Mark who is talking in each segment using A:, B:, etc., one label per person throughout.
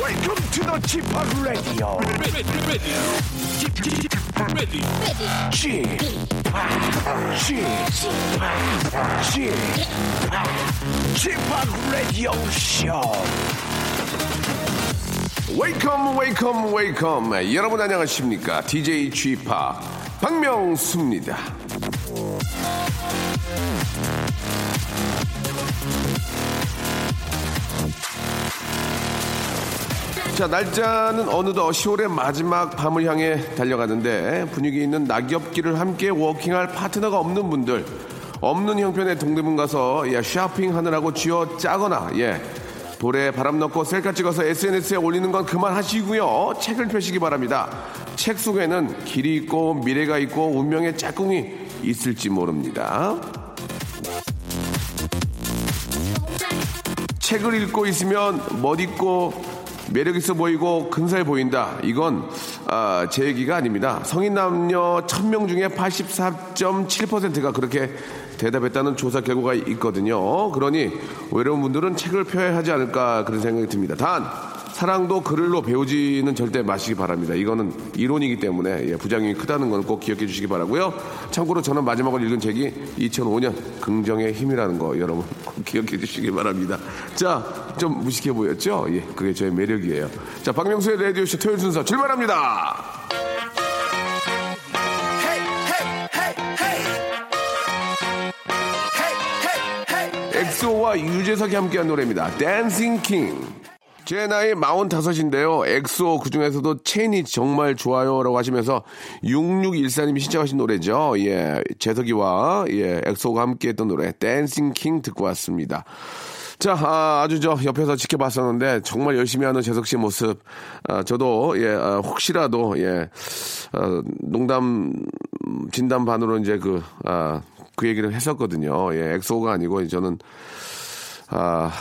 A: Welcome to the g p Radio.
B: ready, ready, ready, ready,
A: g p g p Radio Show.
C: 웨이컴 웨이컴 웨이컴 여러분 안녕하십니까 DJ g p 박명수입니다 자 날짜는 어느덧 10월의 마지막 밤을 향해 달려가는데 분위기 있는 낙엽길을 함께 워킹할 파트너가 없는 분들 없는 형편의 동대문 가서 예, 쇼핑하느라고 쥐어 짜거나 예 볼에 바람 넣고 셀카 찍어서 SNS에 올리는 건 그만하시고요 책을 펴시기 바랍니다 책 속에는 길이 있고 미래가 있고 운명의 짝꿍이 있을지 모릅니다 책을 읽고 있으면 멋있고 매력있어 보이고 근사해 보인다. 이건 아, 제 얘기가 아닙니다. 성인 남녀 1000명 중에 84.7%가 그렇게 대답했다는 조사 결과가 있거든요. 그러니 외로운 분들은 책을 펴야 하지 않을까 그런 생각이 듭니다. 단 사랑도 글로 배우지는 절대 마시기 바랍니다. 이거는 이론이기 때문에 예, 부작용이 크다는 건 꼭 기억해 주시기 바라고요. 참고로 저는 마지막으로 읽은 책이 2005년 긍정의 힘이라는 거 여러분 꼭 기억해 주시기 바랍니다. 자, 좀 무식해 보였죠? 예, 그게 저의 매력이에요. 자, 박명수의 라디오쇼 토요일 순서 출발합니다. 엑소와 유재석이 함께한 노래입니다. 댄싱 킹. 제 나이 45인데요. 엑소 그중에서도 체인이 정말 좋아요라고 하시면서 6614님이 신청하신 노래죠. 예. 재석이와 예, 엑소가 함께 했던 노래 댄싱 킹 듣고 왔습니다. 자, 아, 주저 옆에서 지켜봤었는데 정말 열심히 하는 재석 씨의 모습. 아, 저도 예, 아, 혹시라도 예. 어, 농담 진담 반으로 이제 그 아, 그 얘기를 했었거든요. 예, 엑소가 아니고 저는 아,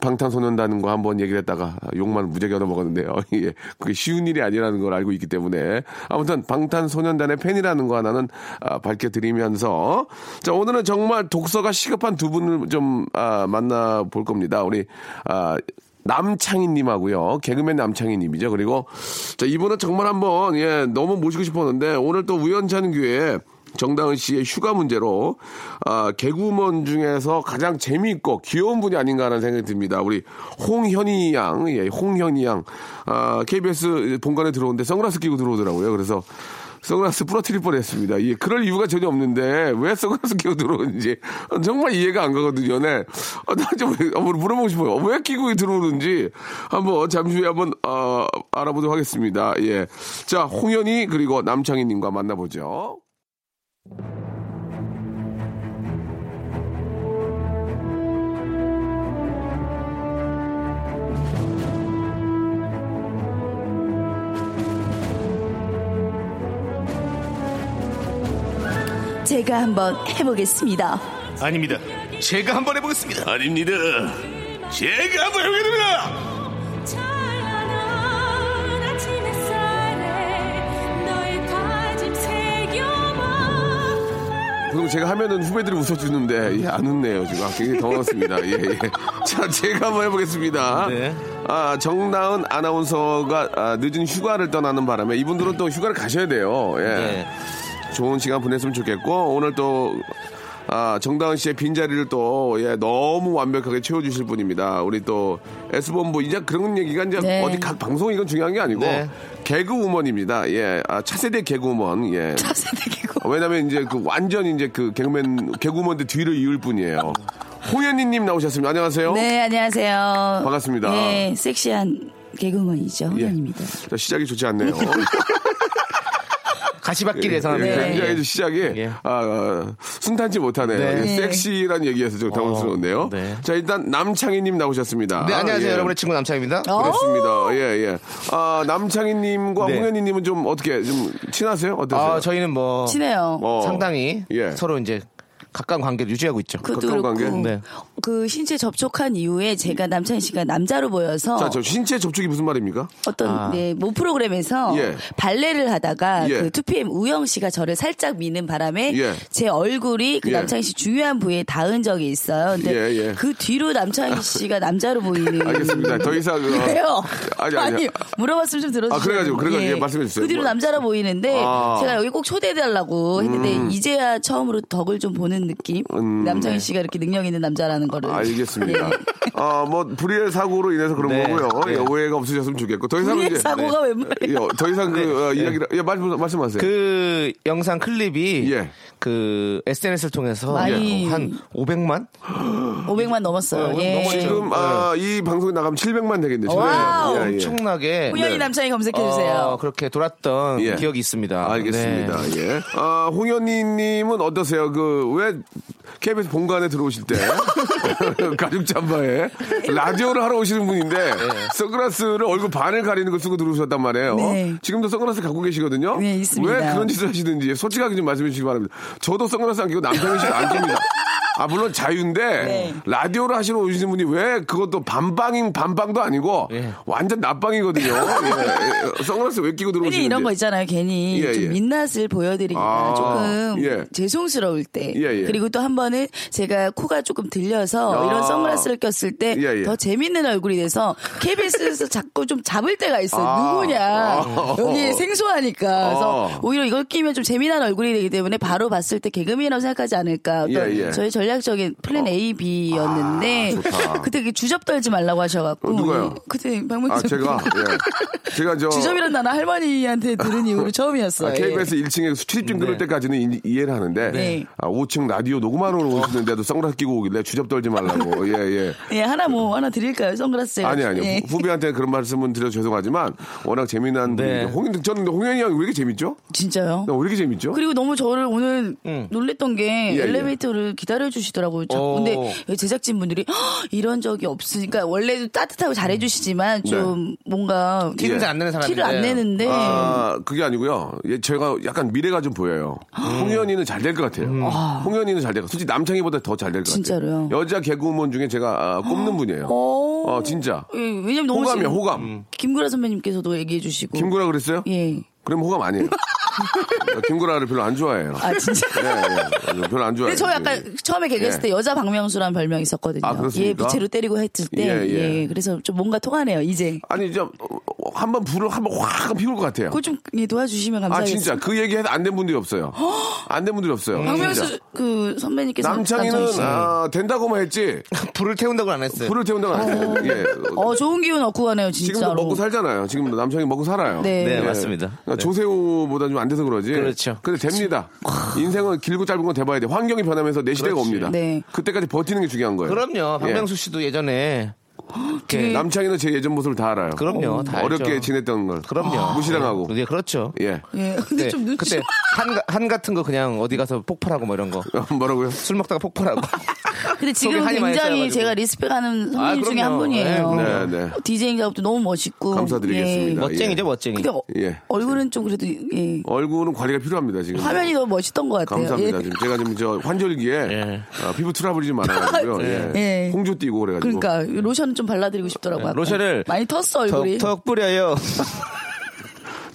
C: 방탄소년단과 한번 얘기를 했다가 욕만 무지하게 얻어먹었는데요. 예, 그게 쉬운 일이 아니라는 걸 알고 있기 때문에 아무튼 방탄소년단의 팬이라는 거 하나는 아, 밝혀드리면서 자 오늘은 정말 독서가 시급한 두 분을 좀 아, 만나볼 겁니다. 우리 아, 남창희님하고요. 개그맨 남창희님이죠. 그리고 자 이분은 정말 한번 예 너무 모시고 싶었는데 오늘 또 우연찮은 기회에 정다은 씨의 휴가 문제로 아, 개구먼 중에서 가장 재미있고 귀여운 분이 아닌가 하는 생각이 듭니다. 우리 홍현희 양, 예, 홍현희 양 아, KBS 본관에 들어오는데 선글라스 끼고 들어오더라고요. 그래서 선글라스 부러뜨릴 뻔했습니다. 예, 그럴 이유가 전혀 없는데 왜 선글라스 끼고 들어오는지 정말 이해가 안 가거든요. 네. 아, 나좀 물어보고 싶어요. 왜 끼고 들어오는지 한번 잠시 후에 한번 어, 알아보도록 하겠습니다. 예, 자 홍현희 그리고 남창희님과 만나보죠.
D: 제가 한번 해보겠습니다.
B: 아닙니다. 제가 한번 해보겠습니다. 아닙니다. 제가 한번 해보겠습니다.
C: 그럼 제가 하면은 후배들이 웃어주는데 예, 안 웃네요 지금 아, 굉장히 당황했습니다. 예, 예. 자 제가 한번 해보겠습니다.
B: 네.
C: 아 정다은 아나운서가 아, 늦은 휴가를 떠나는 바람에 이분들은 또 휴가를 가셔야 돼요. 예.
B: 네.
C: 좋은 시간 보냈으면 좋겠고 오늘 또 아, 정다은 씨의 빈자리를 또 예, 너무 완벽하게 채워주실 분입니다. 우리 또 S본부 이제 그런 얘기가 이제
D: 네.
C: 어디 각 방송 이건 중요한 게 아니고
B: 네.
C: 개그우먼입니다. 예, 아, 차세대 개그우먼. 예,
D: 차세대기고.
C: 왜냐면 이제 그 완전 이제 그 개그맨 개그우먼들 뒤를 이을 뿐이에요. 홍현희님 나오셨습니다. 안녕하세요.
D: 네 안녕하세요.
C: 어? 반갑습니다.
D: 네 섹시한 개그우먼이죠
C: 예.
D: 홍현입니다.
C: 자, 시작이 좋지 않네요.
E: 가시밭길
C: 예,
E: 예상합니다.
C: 굉장히
E: 예.
C: 시작이
E: 예.
C: 아, 아, 순탄치 못하네요.
E: 네.
C: 예,
D: 네.
C: 섹시란 얘기에서 좀 당황스러운데요.
E: 어, 네.
C: 자 일단 남창희님 나오셨습니다.
E: 네, 안녕하세요.
C: 예. 아.
E: 여러분의 친구 남창입니다.
C: 어? 그렇습니다. 예, 예. 아, 남창희님과
E: 네.
C: 홍현희님은 좀 어떻게, 좀 친하세요? 어떠세요?
E: 아, 저희는 뭐
D: 친해요.
C: 어,
E: 상당히
C: 예.
E: 서로 이제 가까운 관계를 유지하고 있죠.
D: 그것도
C: 가까운
D: 그렇고
C: 관계?
E: 네.
D: 그 신체 접촉한 이후에 제가 남창희 씨가 남자로 보여서
C: 자, 저 신체 접촉이 무슨 말입니까?
D: 어떤
E: 아.
D: 네, 모 프로그램에서
C: 예.
D: 발레를 하다가
C: 예.
D: 그 2PM 우영 씨가 저를 살짝 미는 바람에
C: 예.
D: 제 얼굴이 그
C: 예.
D: 남창희 씨 중요한 부위에 닿은 적이 있어요. 근데
C: 예, 예.
D: 그 뒤로 남창희 씨가 남자로 보이는
C: 알겠습니다. 더 이상. 어,
E: 네.
D: 왜요?
C: 아니, 아니.
D: 물어봤으면 좀 들어주세요.
C: 아, 그래가지고, 그래가지고, 예, 말씀해 주세요.
D: 그 뒤로
C: 뭐.
D: 남자라 보이는데,
C: 아. 음.
D: 제가 여기 꼭 초대해달라고 했는데, 이제야 처음으로 덕을 좀 보는 느낌?
C: 네.
D: 남창희 씨가 이렇게 능력 있는 남자라는 거를.
C: 아, 알겠습니다. 어, 뭐, 불의의 사고로 인해서 그런
E: 네.
C: 거고요.
E: 네.
C: 예, 오해가 없으셨으면 좋겠고. 더 이상
D: 우리의
C: 이제.
D: 사고가 웬 말이야.
C: 예, 더 이상 그 어, 이야기를. 예, 말씀, 말씀하세요.
E: 네. 그 영상 클립이
C: 예.
E: 그 SNS를 통해서
D: 많이-
E: 한 500만
D: 500만 넘었어요.
E: 어,
D: 예.
E: 넘었죠.
C: 지금, 아, 이 방송이 나가면 700만 되겠네요.
D: 와우.
C: 예, 예.
E: 엄청나게
D: 우연히 남창희
C: 아.
E: 어,
D: 검색해주세요.
E: 그렇게 돌았던
C: 예.
E: 기억이 있습니다.
C: 알겠습니다.
E: 네.
C: 예. 아, 홍현희님은 어떠세요? 그 왜 KBS 본관에 들어오실 때 가죽 잠바에 라디오를 하러 오시는
E: 네.
C: 분인데 선글라스를 얼굴 반을 가리는 걸 쓰고 들어오셨단 말이에요.
D: 네.
C: 지금도 선글라스 갖고 계시거든요.
D: 네, 있습니다.
C: 왜 그런 짓을 하시는지 솔직하게 좀 말씀해 주시기 바랍니다. 저도 선글라스 안 끼고 남편이 씨안 낍니다. 아 물론 자유인데
D: 네.
C: 라디오를 하시러 오시는 분이 왜 그것도 반방인 반방도 아니고
E: 예.
C: 완전 낮방이거든요. 예, 예. 선글라스 왜 끼고 들어오시는지
D: 흔히 이런 거 있잖아요. 괜히
C: 예,
D: 좀
C: 예.
D: 민낯을 보여드리기가
C: 아,
D: 조금
C: 예.
D: 죄송스러울 때.
C: 예, 예.
D: 그리고 또 한 번은 제가 코가 조금 들려서
C: 아.
D: 이런 선글라스를 꼈을 때 더
C: 예, 예.
D: 재밌는 얼굴이 돼서 KBS에서 자꾸 좀 잡을 때가 있어요.
C: 아.
D: 누구냐.
C: 아.
D: 여기 생소하니까.
C: 아.
D: 그래서 오히려 이걸 끼면 좀 재미난 얼굴이 되기 때문에 바로 봤을 때 개그맨이라고 생각하지 않을까. 어떤
C: 예, 어. 예.
D: 저희 전략적인 플랜 A, B였는데 그때 그 주접 떨지 말라고 하셔갖고
C: 어, 누가요?
D: 그때 박명수
C: 아, 제가, 예. 제가 저.
D: 주접이란 단어 할머니한테 들은 이후로 처음이었어요. 예.
C: 아, KBS 1층에 출입증 들을 때까지는 이, 이해를 하는데
D: 네.
C: 아, 5층 라디오 녹음하러 오시는데도 선글라스 끼고 오길래 주접 떨지 말라고 예예
D: 예. 예, 하나 뭐 하나 드릴까요? 선글라스 제가.
C: 아니 아니
D: 예.
C: 요 뭐, 후배한테 그런 말씀은 드려 죄송하지만 워낙 재미난
E: 네.
C: 분이 홍인 저는 근데 홍현이 형이 왜 이렇게 재밌죠? 어,
D: 진짜요?
C: 나왜 이렇게 재밌죠?
D: 그리고 너무 저를 오늘 놀랬던 게
C: 뭐. 음. 예. 어.
D: 엘리베이터를 기다려 주시더라고요.
E: 오.
D: 근데 제작진 분들이 이런 적이 없으니까 그러니까 원래도 따뜻하고 잘해 주시지만
C: 네.
D: 좀 뭔가
E: 티를 잘안 내는 사람인데.
D: 티를 안 내는데
C: 예.
D: 네.
C: 아, 그게 아니고요. 예, 제가 약간 미래가 좀 보여요.
D: 아.
C: 홍현이는 잘 될 것 같아요. 홍현이는 잘 될 것 같아요. 솔직히 남창희보다 더 잘 될 것 같아요.
D: 음. 진짜로요?
C: 여자 개그우먼 중에 제가 아, 꼽는 분이에요.
D: 오.
C: 어, 진짜.
D: 예, 왜냐면 너무 음.
C: 호감이야,
D: 지금
C: 호감.
D: 김구라 선배님께서도 얘기해 주시고
C: 김구라 그랬어요?
D: 예.
C: 그럼 호감 아니에요. 김구라를 별로 안 좋아해요.
D: 아 진짜.
C: 예, 예. 별로 안 좋아해요.
D: 근데 저 약간 처음에 개그했을
C: 예.
D: 때 여자 박명수라는 별명이 있었거든요.
C: 아, 그렇습니까?
D: 예, 부채로 때리고 했을 때.
C: 예,
D: 예,
C: 예.
D: 그래서 좀 뭔가 통하네요, 이제.
C: 아니, 좀, 어, 한번 불을 한번 확 피울 것 같아요.
D: 그거 좀 예, 도와주시면
C: 아,
D: 감사하겠습니다.
C: 진짜. 그 얘기해서 안 된 분들이 없어요. 안 된 분들이 없어요. 진짜.
D: 박명수 그 선배님께서. 남창희
C: 남창희는
D: 씨.
C: 아, 된다고만 했지
E: 네. 불을 태운다고 안 했어요.
C: 불을 태운다고 안 했어요. 예.
D: 어, 좋은 기운 얻고 가네요, 진짜로.
C: 지금도 먹고 살잖아요. 지금 남창이 먹고 살아요.
D: 네.
E: 네,
C: 예.
E: 맞습니다.
C: 그러니까 조세호보다 좀 안 돼서 그러지.
E: 그렇죠.
C: 근데 됩니다. 인생은 길고 짧은 건 돼봐야 돼. 환경이 변하면서 내 시대가
E: 그렇지.
C: 옵니다.
D: 아. 네.
C: 그때까지 버티는 게 중요한 거예요.
E: 그럼요.
C: 예.
E: 박명수 씨도 예전에 이렇게
C: 남창이는 제 예전 모습을 다 알아요.
E: 그 그럼요, 다
C: 어렵게
E: 알죠.
C: 지냈던 걸. 아,
E: 그럼요.
C: 무시당하고.
E: 예, 그렇죠.
C: 예.
D: 예, 근데
E: 그때-
D: 좀 눈치.
E: 그때 한, 한 같은 거 그냥 어디 가서 폭발하고 뭐 이런 거.
C: 뭐라고요?
E: 술 먹다가 폭발하고.
C: 아,
D: 근데 지금
E: 속에 한이 많이
D: 굉장히
E: 쌓여가지고.
D: 제가 리스펙하는 선배님
E: 아,
D: 중에
E: 그럼요.
D: 한 분이에요. 어,
E: 네,
C: 네, 네.
D: 디제잉 작업도 너무 멋있고.
C: 감사드리겠습니다.
D: 예.
E: 멋쟁이죠, 멋쟁이.
D: 근데 어-
C: 예.
D: 얼굴은 좀 그래도 예.
C: 얼굴은 관리가 필요합니다, 지금.
D: 화면이 너무 멋있던 것 같아요.
C: 감사합니다.
D: 예.
C: 지금 제가 지금 저 환절기에
E: 예.
C: 어, 피부 트러블이 좀 많아가지고요. 예.
D: 예.
C: 홍조 띄고 그래가지고.
D: 그러니까 로션은 좀 발라드리고 싶더라고요. 아까.
E: 로션을
D: 많이 텄어 얼굴이.
E: 턱턱 뿌려요.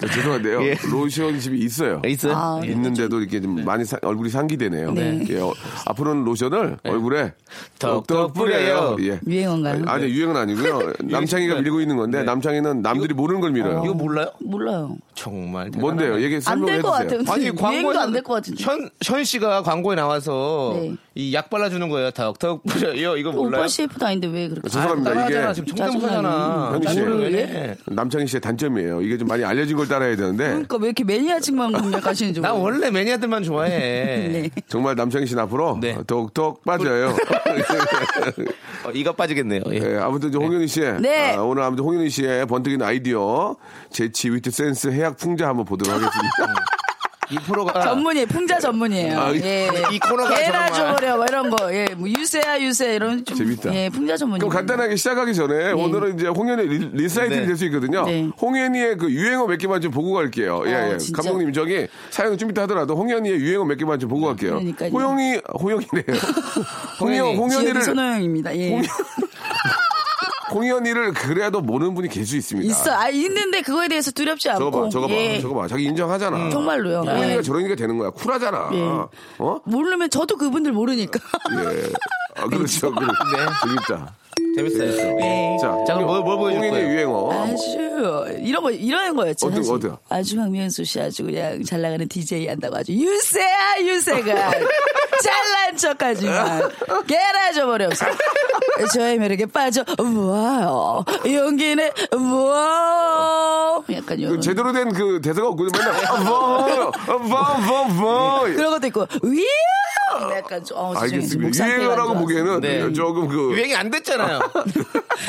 C: 네, 죄송한데요.
E: 예.
C: 로션 집이 있어요.
E: 있어요?
D: 아,
C: 네.
E: 예.
C: 있는데도 이렇게 좀 많이 사- 얼굴이 상기되네요.
D: 네.
C: 예, 어, 앞으로는 로션을 얼굴에
E: 덕덕 네. 뿌려요.
C: 예.
D: 유행어인가요?
C: 아니 유행은 아니고요. 남창이가 밀고 있는 건데
E: 네.
C: 남창이는 남들이 모르는 걸 밀어요.
E: 이거 몰라요?
D: 몰라요.
E: 정말. 대단하네.
C: 뭔데요? 얘기
D: 안
C: 설명해
D: 될 것
C: 주세요.
D: 같아요. 아니, 유행도 안 될 것 같은데.
E: 현, 현 씨가 광고에 나와서
D: 네.
E: 이 약 발라주는 거예요. 덕덕 뿌려요. 이거 몰라요?
D: 오빠 CF도 아닌데 왜 그렇게.
C: 죄송합니다.
E: 따라하잖아.
C: 음, 이게-
E: 지금
D: 짜증나요.
E: 청담사잖아.
C: 현희 씨.
E: 네.
C: 남창희 씨의 단점이에요. 이게 좀 많이 알려진 걸 따라야 되는데
D: 그러니까 왜 이렇게 매니아층만 공략하시는지
E: 나
D: 모르겠어요.
E: 원래 매니아들만 좋아해.
D: 네.
C: 정말 남창희 씨는 앞으로
E: 네.
C: 덕덕 빠져요.
E: 어, 이가 빠지겠네요. 예.
C: 예, 아무튼 이제 홍윤희 씨의
D: 네.
C: 아, 오늘 아무튼 홍윤희
E: 음.
C: 씨의 번뜩이는 아이디어 재치 위트 센스 해약 풍자 한번 보도록 하겠습니다.
E: 이 프로가
D: 전문이에요. 풍자 전문이에요.
C: 아, 이-
D: 예.
E: 이 코너가
D: 개나
E: 정말-
D: 줘버려 뭐 이런 거. 예. 뭐 유세야 유세 이런 좀
C: 재밌다.
D: 예, 풍자 전문.
C: 그럼 간단하게 시작하기 전에 오늘은 이제 홍현의 리- 리사이틀이
E: 네.
C: 될 수 있거든요.
D: 네.
C: 홍현이의 그 유행어 몇 개만 좀 보고 갈게요. 예,
D: 어,
C: 예.
D: 진짜.
C: 감독님 저기 사연 준비 때 하더라도 홍현이의 유행어 몇 개만 좀 보고 갈게요.
D: 그러니까요.
C: 호영이 호영이래요. 홍영 홍현이를
D: 손호영입니다. 예.
C: 홍현이를 그래도 모르는 분이 계실 수 있습니다.
D: 있어. 아 있는데 그거에 대해서 두렵지 않고.
C: 저거 봐, 저거 봐,
D: 예.
C: 저거 봐. 자기 인정하잖아.
D: 정말로요.
C: 홍현이가
D: 예.
C: 저러니까 되는 거야. 쿨하잖아.
D: 예.
C: 어?
D: 모르면 저도 그분들 모르니까.
C: 예. 아, 그렇죠.
E: 네.
C: 그렇 재밌다.
E: 재밌어요.
D: 네.
C: 자,
E: 자, 그럼 뭐- 뭐 보여줄
C: 홍현이의
E: 거예요?
C: 유행어.
D: 아주 이런 거 이런 거였죠.
C: 아, 어떤 거,
D: 사실.
C: 어떤 거?
D: 아주 박명수 씨 아주 그냥 잘 나가는 DJ 한다고 아주 유세야 유세가 잘난 척하지만 개라져 버렸어. 저의 매력에 빠져 우와요 용기는 우와 약간
C: 그
D: 이런
C: 제대로 된 그 대사가 없거든요. 맨날 아, 뭐, 뭐, 뭐, 뭐.
D: 그런 것도 있고 위 약간 좀 어,
C: 알겠습니다. 유행어라고 보기에는
E: 네.
C: 조금 그
E: 유행이 안 됐잖아요.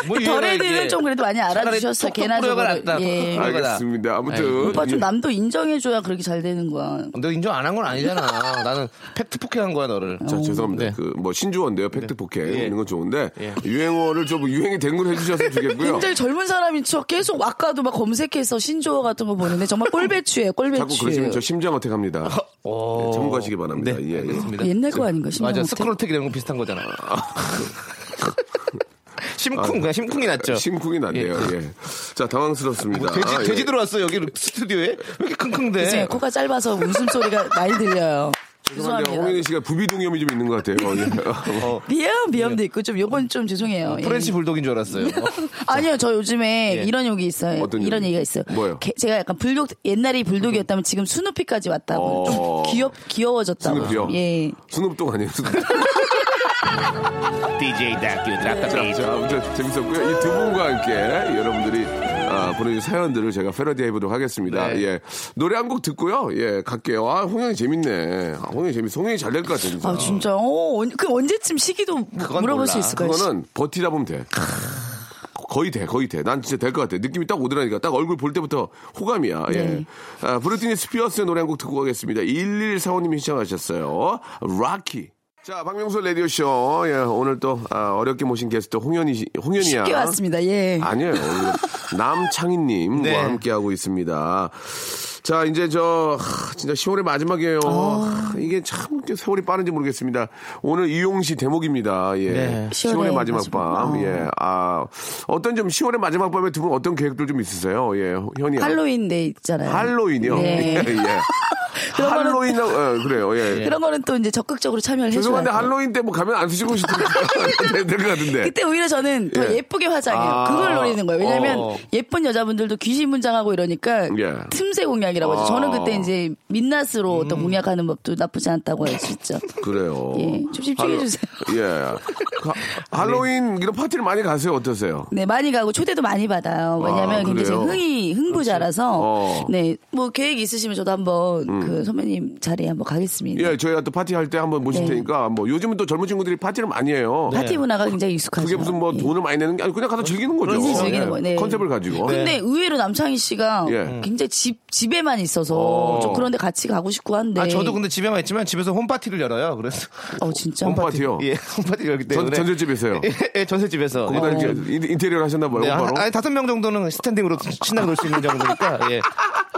E: 뭐 유행을
D: 덜애들은
E: 이제
D: 좀 그래도 많이 알아주셨어.
E: 톡톡
D: 개나
E: 뿌려가
D: 저거를.
E: 낫다. 네.
D: 예.
E: 아,
C: 알겠습니다. 아무튼
D: 오빠 좀 남도 인정해줘야 그렇게 잘 되는 거야.
E: 너 인정 안 한 건 아니잖아. 나는 팩트 폭행한 거야 너를.
C: 자,
E: 네.
C: 죄송합니다. 그 뭐 신조어인데요. 팩트 포켓
E: 예.
C: 있는 건 좋은데 유행어를 좀 유행이 된 걸 해주셨으면 좋겠고요.
D: 굉장히 젊은 사람인 척 계속 아까도 막 검색해서 신조어 같은 거 보는데 정말 꼴배추예요, 꼴배추.
C: 자꾸 그러시면 저 심장 어택합니다. 네, 참고하시기 바랍니다.
E: 아, 네,
C: 예, 예.
E: 알겠습니다.
D: 그 옛날 거 아닌가 신조어.
E: 맞아 스크롤텍 이런 거 비슷한 거잖아. 심쿵 그냥 아. 심쿵이 났죠.
C: 심쿵이 났네요. 예. 자, 당황스럽습니다.
E: 뭐 돼지
C: 아, 예.
E: 돼지 들어왔어 여기 스튜디오에 왜 이렇게
D: 네,
E: 킁킁대?
D: 코가 짧아서 웃음 소리가 많이 들려요.
C: 죄송한데
D: 죄송합니다.
C: 홍인희 씨가 부비동염이 좀 있는 것 같아요. 예.
E: 어.
D: 미염 미염도 있고 좀 요건 좀 죄송해요. 예. 네.
E: 프렌치 불독인 줄 알았어요.
D: 아니요, 저 요즘에
E: 예.
D: 이런 욕이 있어요.
C: 어떤
D: 이런
C: 욕이?
D: 얘기가 있어요.
C: 뭐예요?
D: 개- 제가 약간 불독 옛날에 불독이었다면 지금 수누피까지 왔다고.
C: 어.
D: 좀 귀엽 귀여워졌다고.
C: 스눕이요?
D: 예.
C: 스눕동 아니에요? 스눕동.
E: DJ 다큐
C: 자, 자, 아무튼 재밌었고요. 이 두 분과 함께 여러분들이 아, 보내주신 사연들을 제가 패러디 해보도록 하겠습니다.
E: 네.
C: 예. 노래 한 곡 듣고요. 예, 갈게요. 아, 홍영이 재밌네. 아, 홍영이 재밌어. 홍영이 잘 될 것 같아, 진짜.
D: 아 진짜. 어, 언- 그 언제쯤 시기도 물어볼
E: 그건
D: 수
E: 몰라.
D: 있을까요?
C: 그거는 버티다 보면 돼. 거의 돼, 거의 돼. 난 진짜 될 것 같아. 느낌이 딱 오더라니까. 딱 얼굴 볼 때부터 호감이야. 예.
D: 네.
C: 아, 브루티니 스피어스의 노래 한 곡 듣고 가겠습니다. 1145님이 시청하셨어요. 락키. 자, 박명수 라디오쇼. 예, 오늘 또, 아, 어렵게 모신 게스트 홍현이, 씨- 홍현이야.
D: 쉽게 왔습니다. 예.
C: 아니에요. 오늘 남창희님과
E: 네.
C: 함께 하고 있습니다. 자, 이제 저 하, 진짜 10월의 마지막이에요.
E: 어.
C: 하, 이게 참 이렇게 세월이 빠른지 모르겠습니다. 오늘 이용시 대목입니다. 예.
E: 네.
C: 10월의,
D: 10월의
C: 마지막,
D: 마지막
C: 밤.
D: 밤.
C: 예. 아, 어떤 좀 10월의 마지막 밤에 두 분 어떤 계획들 좀 있으세요? 예. 현이
D: 할로윈데 네, 있잖아요.
C: 할로윈이요.
D: 네.
C: 예. 예.
D: 그런 거는-
C: 할로윈 어, 그래요. 예.
D: 그런 거는 또 이제 적극적으로 참여를 해줘야
C: 죄송한데
D: 돼요.
C: 할로윈 때 뭐 가면 안 쓰시고 싶은데 될것 같은데.
D: 그때 오히려 저는 더
C: 예.
D: 예. 쁘게 화장해요.
C: 아.
D: 그걸 노리는 거예요. 왜냐면
E: 어.
D: 예쁜 여자분들도 귀신 문장하고 이러니까
C: 예. 아.
D: 틈새 공략이라고 하죠. 저는 그때 이제 민낯으로
C: 음.
D: 어떤 공략하는 법도 나쁘지 않다고 할 수 있죠.
C: 그래요.
D: 예, 좀 집중해주세요.
C: 어. 할로- 예. 가- 할로윈 이런 파티를 많이 가세요. 어떠세요?
D: 네, 많이 가고 초대도 많이 받아요. 왜냐면
C: 아,
D: 굉장히
C: 그래요?
D: 흥이 흥부자라서
C: 어. 음.
D: 네, 뭐 계획 있으시면 저도 한번 그 선배님 자리에 한번 가겠습니다.
C: 예, 저희가 또 파티 할 때 한번 모실
D: 네.
C: 테니까 뭐 요즘은 또 젊은 친구들이 파티를 많이 해요.
D: 파티 문화가 굉장히 익숙하죠.
C: 네. 그게 무슨 뭐
D: 예.
C: 돈을 많이 내는 게 아니고 그냥 가서 즐기는 거죠.
D: 그렇지, 즐기는
C: 예,
D: 거예요. 네.
C: 컨셉을 가지고.
D: 근데 의외로 남창희 씨가
C: 예.
D: 굉장히 집 집에만 있어서
C: 어.
D: 좀 그런데 같이 가고 싶고 한데.
E: 아 저도 근데 집에만 있지만 집에서 홈파티를 열어요. 그래서
D: 어 진짜.
C: 네. 홈파티요.
E: 예, 홈파티 열기
C: 전,
E: 때문에
C: 전셋집에서요.
E: 예, 전셋집에서
C: 거기다 이렇게 인- 인테리어 하셨나 봐요.
E: 네,
C: 바로.
E: 한, 아니 다섯 명 정도는 스탠딩으로 신나게 놀 수 있는 정도니까 예.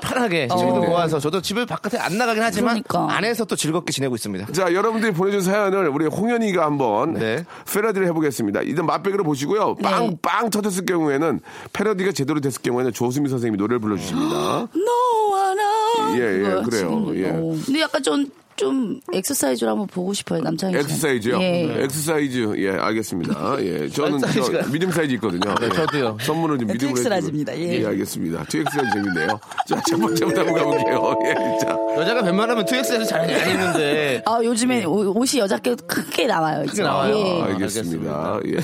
E: 편하게 저희도 모아서 저도 집을 바깥에 안 나가긴 하지만
D: 어. 그러니까.
E: 안에서 또 즐겁게 지내고 있습니다.
C: 자, 여러분들이 보내준 사연을 우리 홍현이가 한번
E: 네.
C: 패러디를 해보겠습니다. 일단 맛배기로 보시고요. 빵,
D: 네.
C: 빵 터졌을 경우에는 패러디가 제대로 됐을 경우에는 조수미 선생님이 노래를 불러주십니다.
D: 너와 나.
C: 예, 예,
D: 그거
C: 그래요.
D: 지금,
C: 예.
D: 어. 근데 약간 좀 좀 엑서사이즈를 한번 보고 싶어요 남창희 씨.
C: 엑스사이즈요?
D: 예.
C: 엑스사이즈, 예, 알겠습니다. 예, 저는
E: 사이즈가-
C: 저 미듬 사이즈 있거든요.
E: 네,
C: 예.
E: 저도요.
C: 선물을 좀 미듬으로.
D: TX
C: 해주고.
D: 라지입니다. 예.
C: 예, 알겠습니다. TX 사이즈 재밌네요. 자, 첫 번째부터 한번 가볼게요. 예, 자.
E: 여자가 웬만하면 2X에서 잘 다니는데
D: 아
C: 예.
D: 요즘에 오- 옷이 여자께 크게 나와요. 이제.
E: 크게 나와요.
D: 예.
E: 아,
C: 알겠습니다. 예.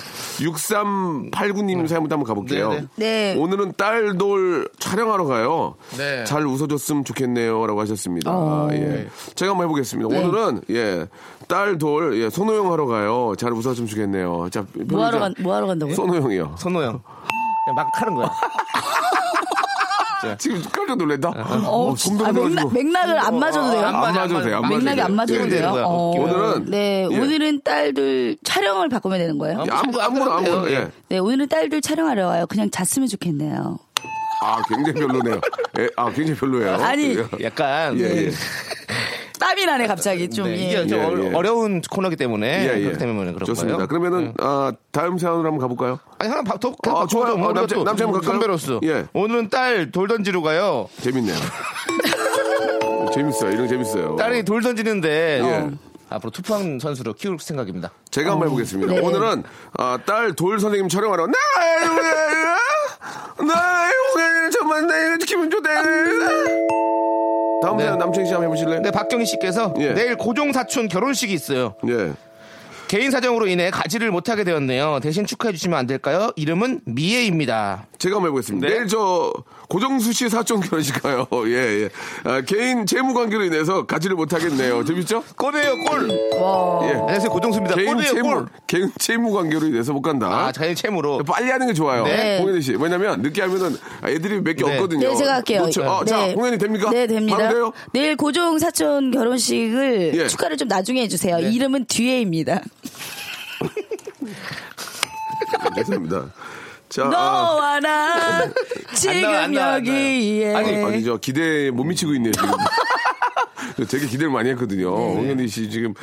C: 6389님 사연부터 한번 가볼게요.
E: 네,
D: 네.
C: 오늘은 딸돌 촬영하러 가요.
E: 네.
C: 잘 웃어줬으면 좋겠네요. 라고 하셨습니다.
D: 어.
C: 예. 제가 한번 해보겠습니다.
D: 네.
C: 오늘은, 예. 딸돌, 예. 손호영 하러 가요. 잘 웃어줬으면 좋겠네요. 자,
D: 뭐 하러
C: 자,
D: 간, 뭐 하러 간다고요?
C: 손호영이요.
E: 선호형 그냥 막 하는 거야.
C: 지금 깜짝 놀랐다.
D: 어,
C: 어,
D: 아,
C: 감동을
D: 맥락,
C: 해가지고.
D: 맥락을 안 맞아도 돼요?
C: 안 맞아도 돼요. 안 맞아도
D: 맥락이
C: 돼요.
D: 안 맞아도
C: 예,
D: 돼요?
E: 거야.
D: 어.
C: 오늘은
D: 네,
C: 예.
D: 오늘은 딸들 촬영을 바꾸면 되는 거예요?
C: 예, 아무 아무나 아무나 예.
D: 네, 오늘은 딸들 촬영하러 와요. 그냥 잤으면 좋겠네요.
C: 아 굉장히 별로네요. 예, 아 굉장히 별로예요.
D: 아니,
C: 예,
E: 약간
C: 예.
D: 땀이 나네, 갑자기 좀.
E: 네,
D: 예.
E: 이게 좀
C: 예,
E: 어려-
C: 예.
E: 어려운 코너이기 때문에
C: 예, 예.
E: 그렇기 때문에 그런
C: 좋습니다.
E: 거예요.
C: 그러면은 아, 다음 사연으로 한번 가볼까요?
E: 아니 하나 바, 더
C: 아,
E: 아,
C: 좋아요. 어, 남자- 남자 한번 갈까요?
E: 베로스.
C: 예.
E: 오늘은 딸 돌 던지러 가요.
C: 재밌네요. 재밌어요. 이런 거 재밌어요.
E: 딸이 돌 던지는데 어,
C: 예.
E: 앞으로 투팡 선수로 키울 생각입니다.
C: 제가 한번 해보겠습니다.
D: 네.
C: 오늘은 아, 딸 돌 선생님 촬영하러 나의 오해야 나의 오해를 정말 내 기분 좋대
E: 네.
C: 다음 날 남창희 씨 한번 해보실래요?
E: 근데 박경희 씨께서
C: 어. 예.
E: 내일 고종 사촌 결혼식이 있어요.
C: 예.
E: 개인 사정으로 인해 가지를 못하게 되었네요. 대신 축하해 주시면 안 될까요? 이름은 미애입니다.
C: 제가 한번 해보겠습니다.
E: 네.
C: 내일 저 고정수 씨 사촌 결혼식 가요. 예, 예. 아, 개인 재무 관계로 인해서 가지를 못하겠네요. 재밌죠?
E: 골이에요 골.
C: 예.
E: 안녕하세요 고종수입니다.
C: 개인
E: 골이에요
C: 재무,
E: 골.
C: 개인 재무 관계로 인해서 못 간다.
E: 아 자기 채무로.
C: 빨리 하는 게 좋아요.
E: 네.
C: 홍현희 씨. 왜냐면 늦게 하면은 애들이 몇 개
E: 네.
C: 없거든요.
D: 네, 제가 할게요.
C: 놓쳐- 아,
D: 네.
C: 자, 홍현희 됩니까?
D: 네, 됩니다.
C: 바로 돼요?
D: 내일 고종 사촌 결혼식을
C: 예.
D: 축하를 좀 나중에 해주세요. 이름은 뒤에입니다.
C: 죄송합니다. 자,
D: 네.
C: 아,
D: 너와 나 지금
E: 나와, 안 나와, 안
D: 여기에. 예.
C: 아니 저 기대에 못 미치고 있네요. 지금. 되게 기대를 많이 했거든요.
D: 네.
C: 홍현희 씨 지금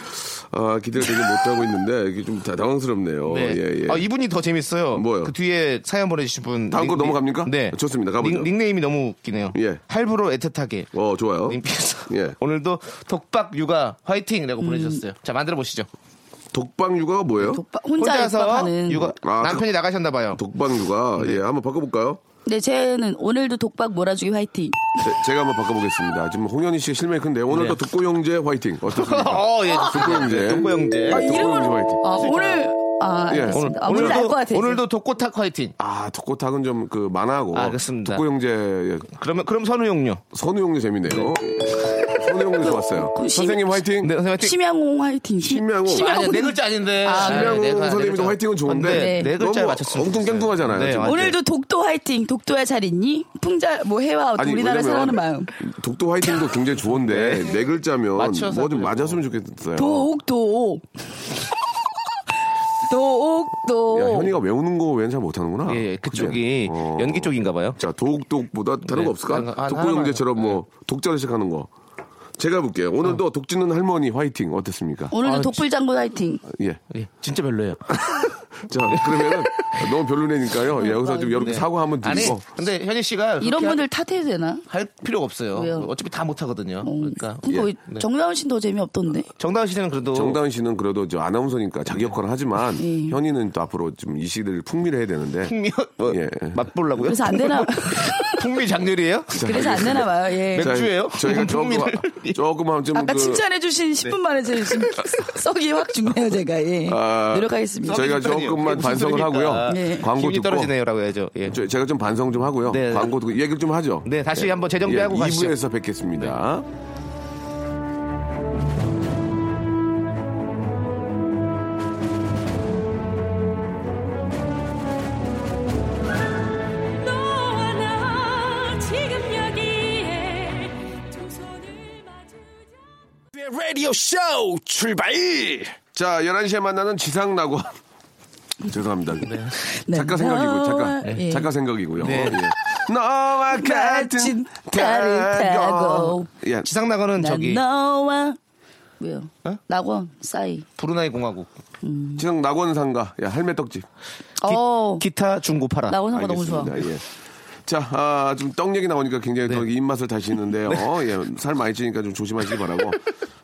C: 아, 기대를 되게 못 하고 있는데 이게 좀 다- 당황스럽네요.
E: 네.
C: 예, 예.
E: 아, 이분이 더 재밌어요.
C: 뭐요?
E: 그 뒤에 사연 보내주신 분.
C: 다음 거
E: 닉-
C: 넘어갑니까?
E: 네.
C: 좋습니다. 가보죠.
E: 닉, 네임이 너무 웃기네요.
C: 예.
E: 할부로 애틋하게.
C: 어, 좋아요.
E: 님께서
C: 예.
E: 오늘도 독박 육아
D: 음.
E: 화이팅이라고 보내주셨어요. 자 만들어 보시죠.
C: 독방 육아가 뭐예요?
D: 독박- 혼자
E: 서
D: 독박하는.
E: 육아
C: 아,
E: 남편이 나가셨나 봐요.
C: 독방 육아. 예, 한번 바꿔볼까요?
D: 네, 쟤는 오늘도 독박 몰아주기 화이팅.
C: 제, 가 한번 바꿔보겠습니다. 지금 홍현희 씨의 실명이 큰데
E: 네.
C: 오늘도 듣고 형제 화이팅. 어떻습니까?
E: 어, 예.
C: 듣고 형제.
E: 독고 형제.
C: 아, 듣고 형제 화이팅.
D: 아, 오늘 아,
C: 예.
D: 알겠습니다. 오늘, 알 것 같아요.
E: 오늘도 독고탁 화이팅.
C: 아, 독고탁은 좀 그 만화하고.
E: 아, 그렇습니다.
C: 독고 형제, 예.
E: 그러면 그럼 선우 형요.
C: 선우 형제 재밌네요. 선우 형제 좋았어요.
D: 그 심-
C: 선생님 화이팅.
E: 네, 선생님 화이팅.
D: 심양홍 화이팅.
C: 심양홍.
E: 아니야,
D: 심양홍.
E: 네 글자 아닌데. 네,
C: 심양홍
E: 네, 네
C: 선생님도
E: 글자.
C: 화이팅은 좋은데
E: 네, 네 글자
C: 너무
E: 맞췄어요.
C: 엉뚱깽뚱하잖아요, 네. 지금.
E: 맞아요.
D: 오늘도 독도 화이팅. 독도야 잘 있니? 풍자 뭐 해와 어떤 우리나라
C: 왜냐면
D: 사랑하는 마음.
C: 독도 화이팅도 굉장히 좋은데 네 글자면
E: 맞춰서
C: 뭐 좀
E: 그래도.
C: 맞았으면 좋겠어요.
D: 독도.
C: 야,
D: 독도.
C: 현이가 외우는 거 왠지 잘 못하는구나.
E: 예, 예,
C: 아, 그치?
E: 그쪽이
C: 어.
E: 연기 쪽인가 봐요.
C: 자, 독독보다
E: 네. 다른
C: 다른 거
E: 거,
C: 없을까?
E: 아,
C: 독고
E: 하나만. 네. 어.
C: 형제처럼 뭐 독자를 시작하는 거. 제가 볼게요. 오늘도 독지는 할머니 화이팅 어땠습니까?
D: 오늘도
E: 아,
D: 독불장군 화이팅.
C: 예.
E: 예, 진짜 별로예요.
C: 자, 그러면은 너무 별로네니까요. 예, 여기서 좀 여러분 사과 한번
E: 아니,
C: 드리고.
E: 근데 현희 씨가
D: 이런
E: 그렇게
D: 분들 탓해도 되나?
E: 할 필요가 없어요.
D: 왜요?
E: 어차피 다 못하거든요.
D: 어,
E: 그러니까
D: 그러니까 왜 정다운 씨는 더 재미없던데.
E: 정다은 씨는 그래도
C: 정다은 씨는 그래도 저 아나운서니까 자기
E: 네.
C: 역할을 하지만 현이는 또 앞으로 좀 이 시대를 풍미를 해야 되는데.
E: 풍미 뭐,
C: 예.
E: 맛보려고요.
D: 그래서 안 되나?
E: 풍미 장렬이에요?
D: 그래서 안 되나 봐요. 예.
C: 자,
E: 맥주예요?
C: 저희가 조금 아,
E: 풍미를.
C: 조금만 좀
D: 아까
C: 네, 그-
D: 칭찬해주신 10분 만에 제가 지금 썩이 확 죽네요, 제가. 예.
C: 아,
D: 노력하겠습니다.
C: 저희가
E: 소리니까요.
C: 조금만
E: 무슨
C: 반성을
E: 소리입니까?
C: 하고요.
D: 네.
C: 광고
E: 기분이
C: 듣고
E: 떨어지네요라고 해야죠. 예.
C: 저- 제가 좀 예. 반성 좀 하고요.
E: 네.
C: 광고 듣고 얘기를 좀 하죠.
E: 네, 다시 한번 재정비하고 가시죠.
C: 2부에서 뵙겠습니다.
F: 너와 나 지금 여기에 두 손을 마주잡
A: 라디오 쇼 출발!
C: 자, 11시에 만나는 지상낙원. 죄송합니다. 작가 생각이고, 작가. 예,
D: 네.
C: 작가 생각이고요.
E: 네.
C: 예. 너와 같은
D: 같은 배를 타고.
C: 예.
E: 지상 나가는
D: 난
E: 저기
D: 너와 뭐요?
C: 어?
D: 낙원 싸이.
E: 브루나이 공화국
C: 지상낙원 상가. 예, 할매떡집.
D: 어.
E: 기타 중고 팔아.
D: 낙원 상가 너무 좋아.
C: 알겠습니다. 예. 자, 아, 좀 떡 얘기 나오니까 굉장히 더 입맛을 다시는데요. 예, 살 많이 찌니까 좀 조심하시기 바라고.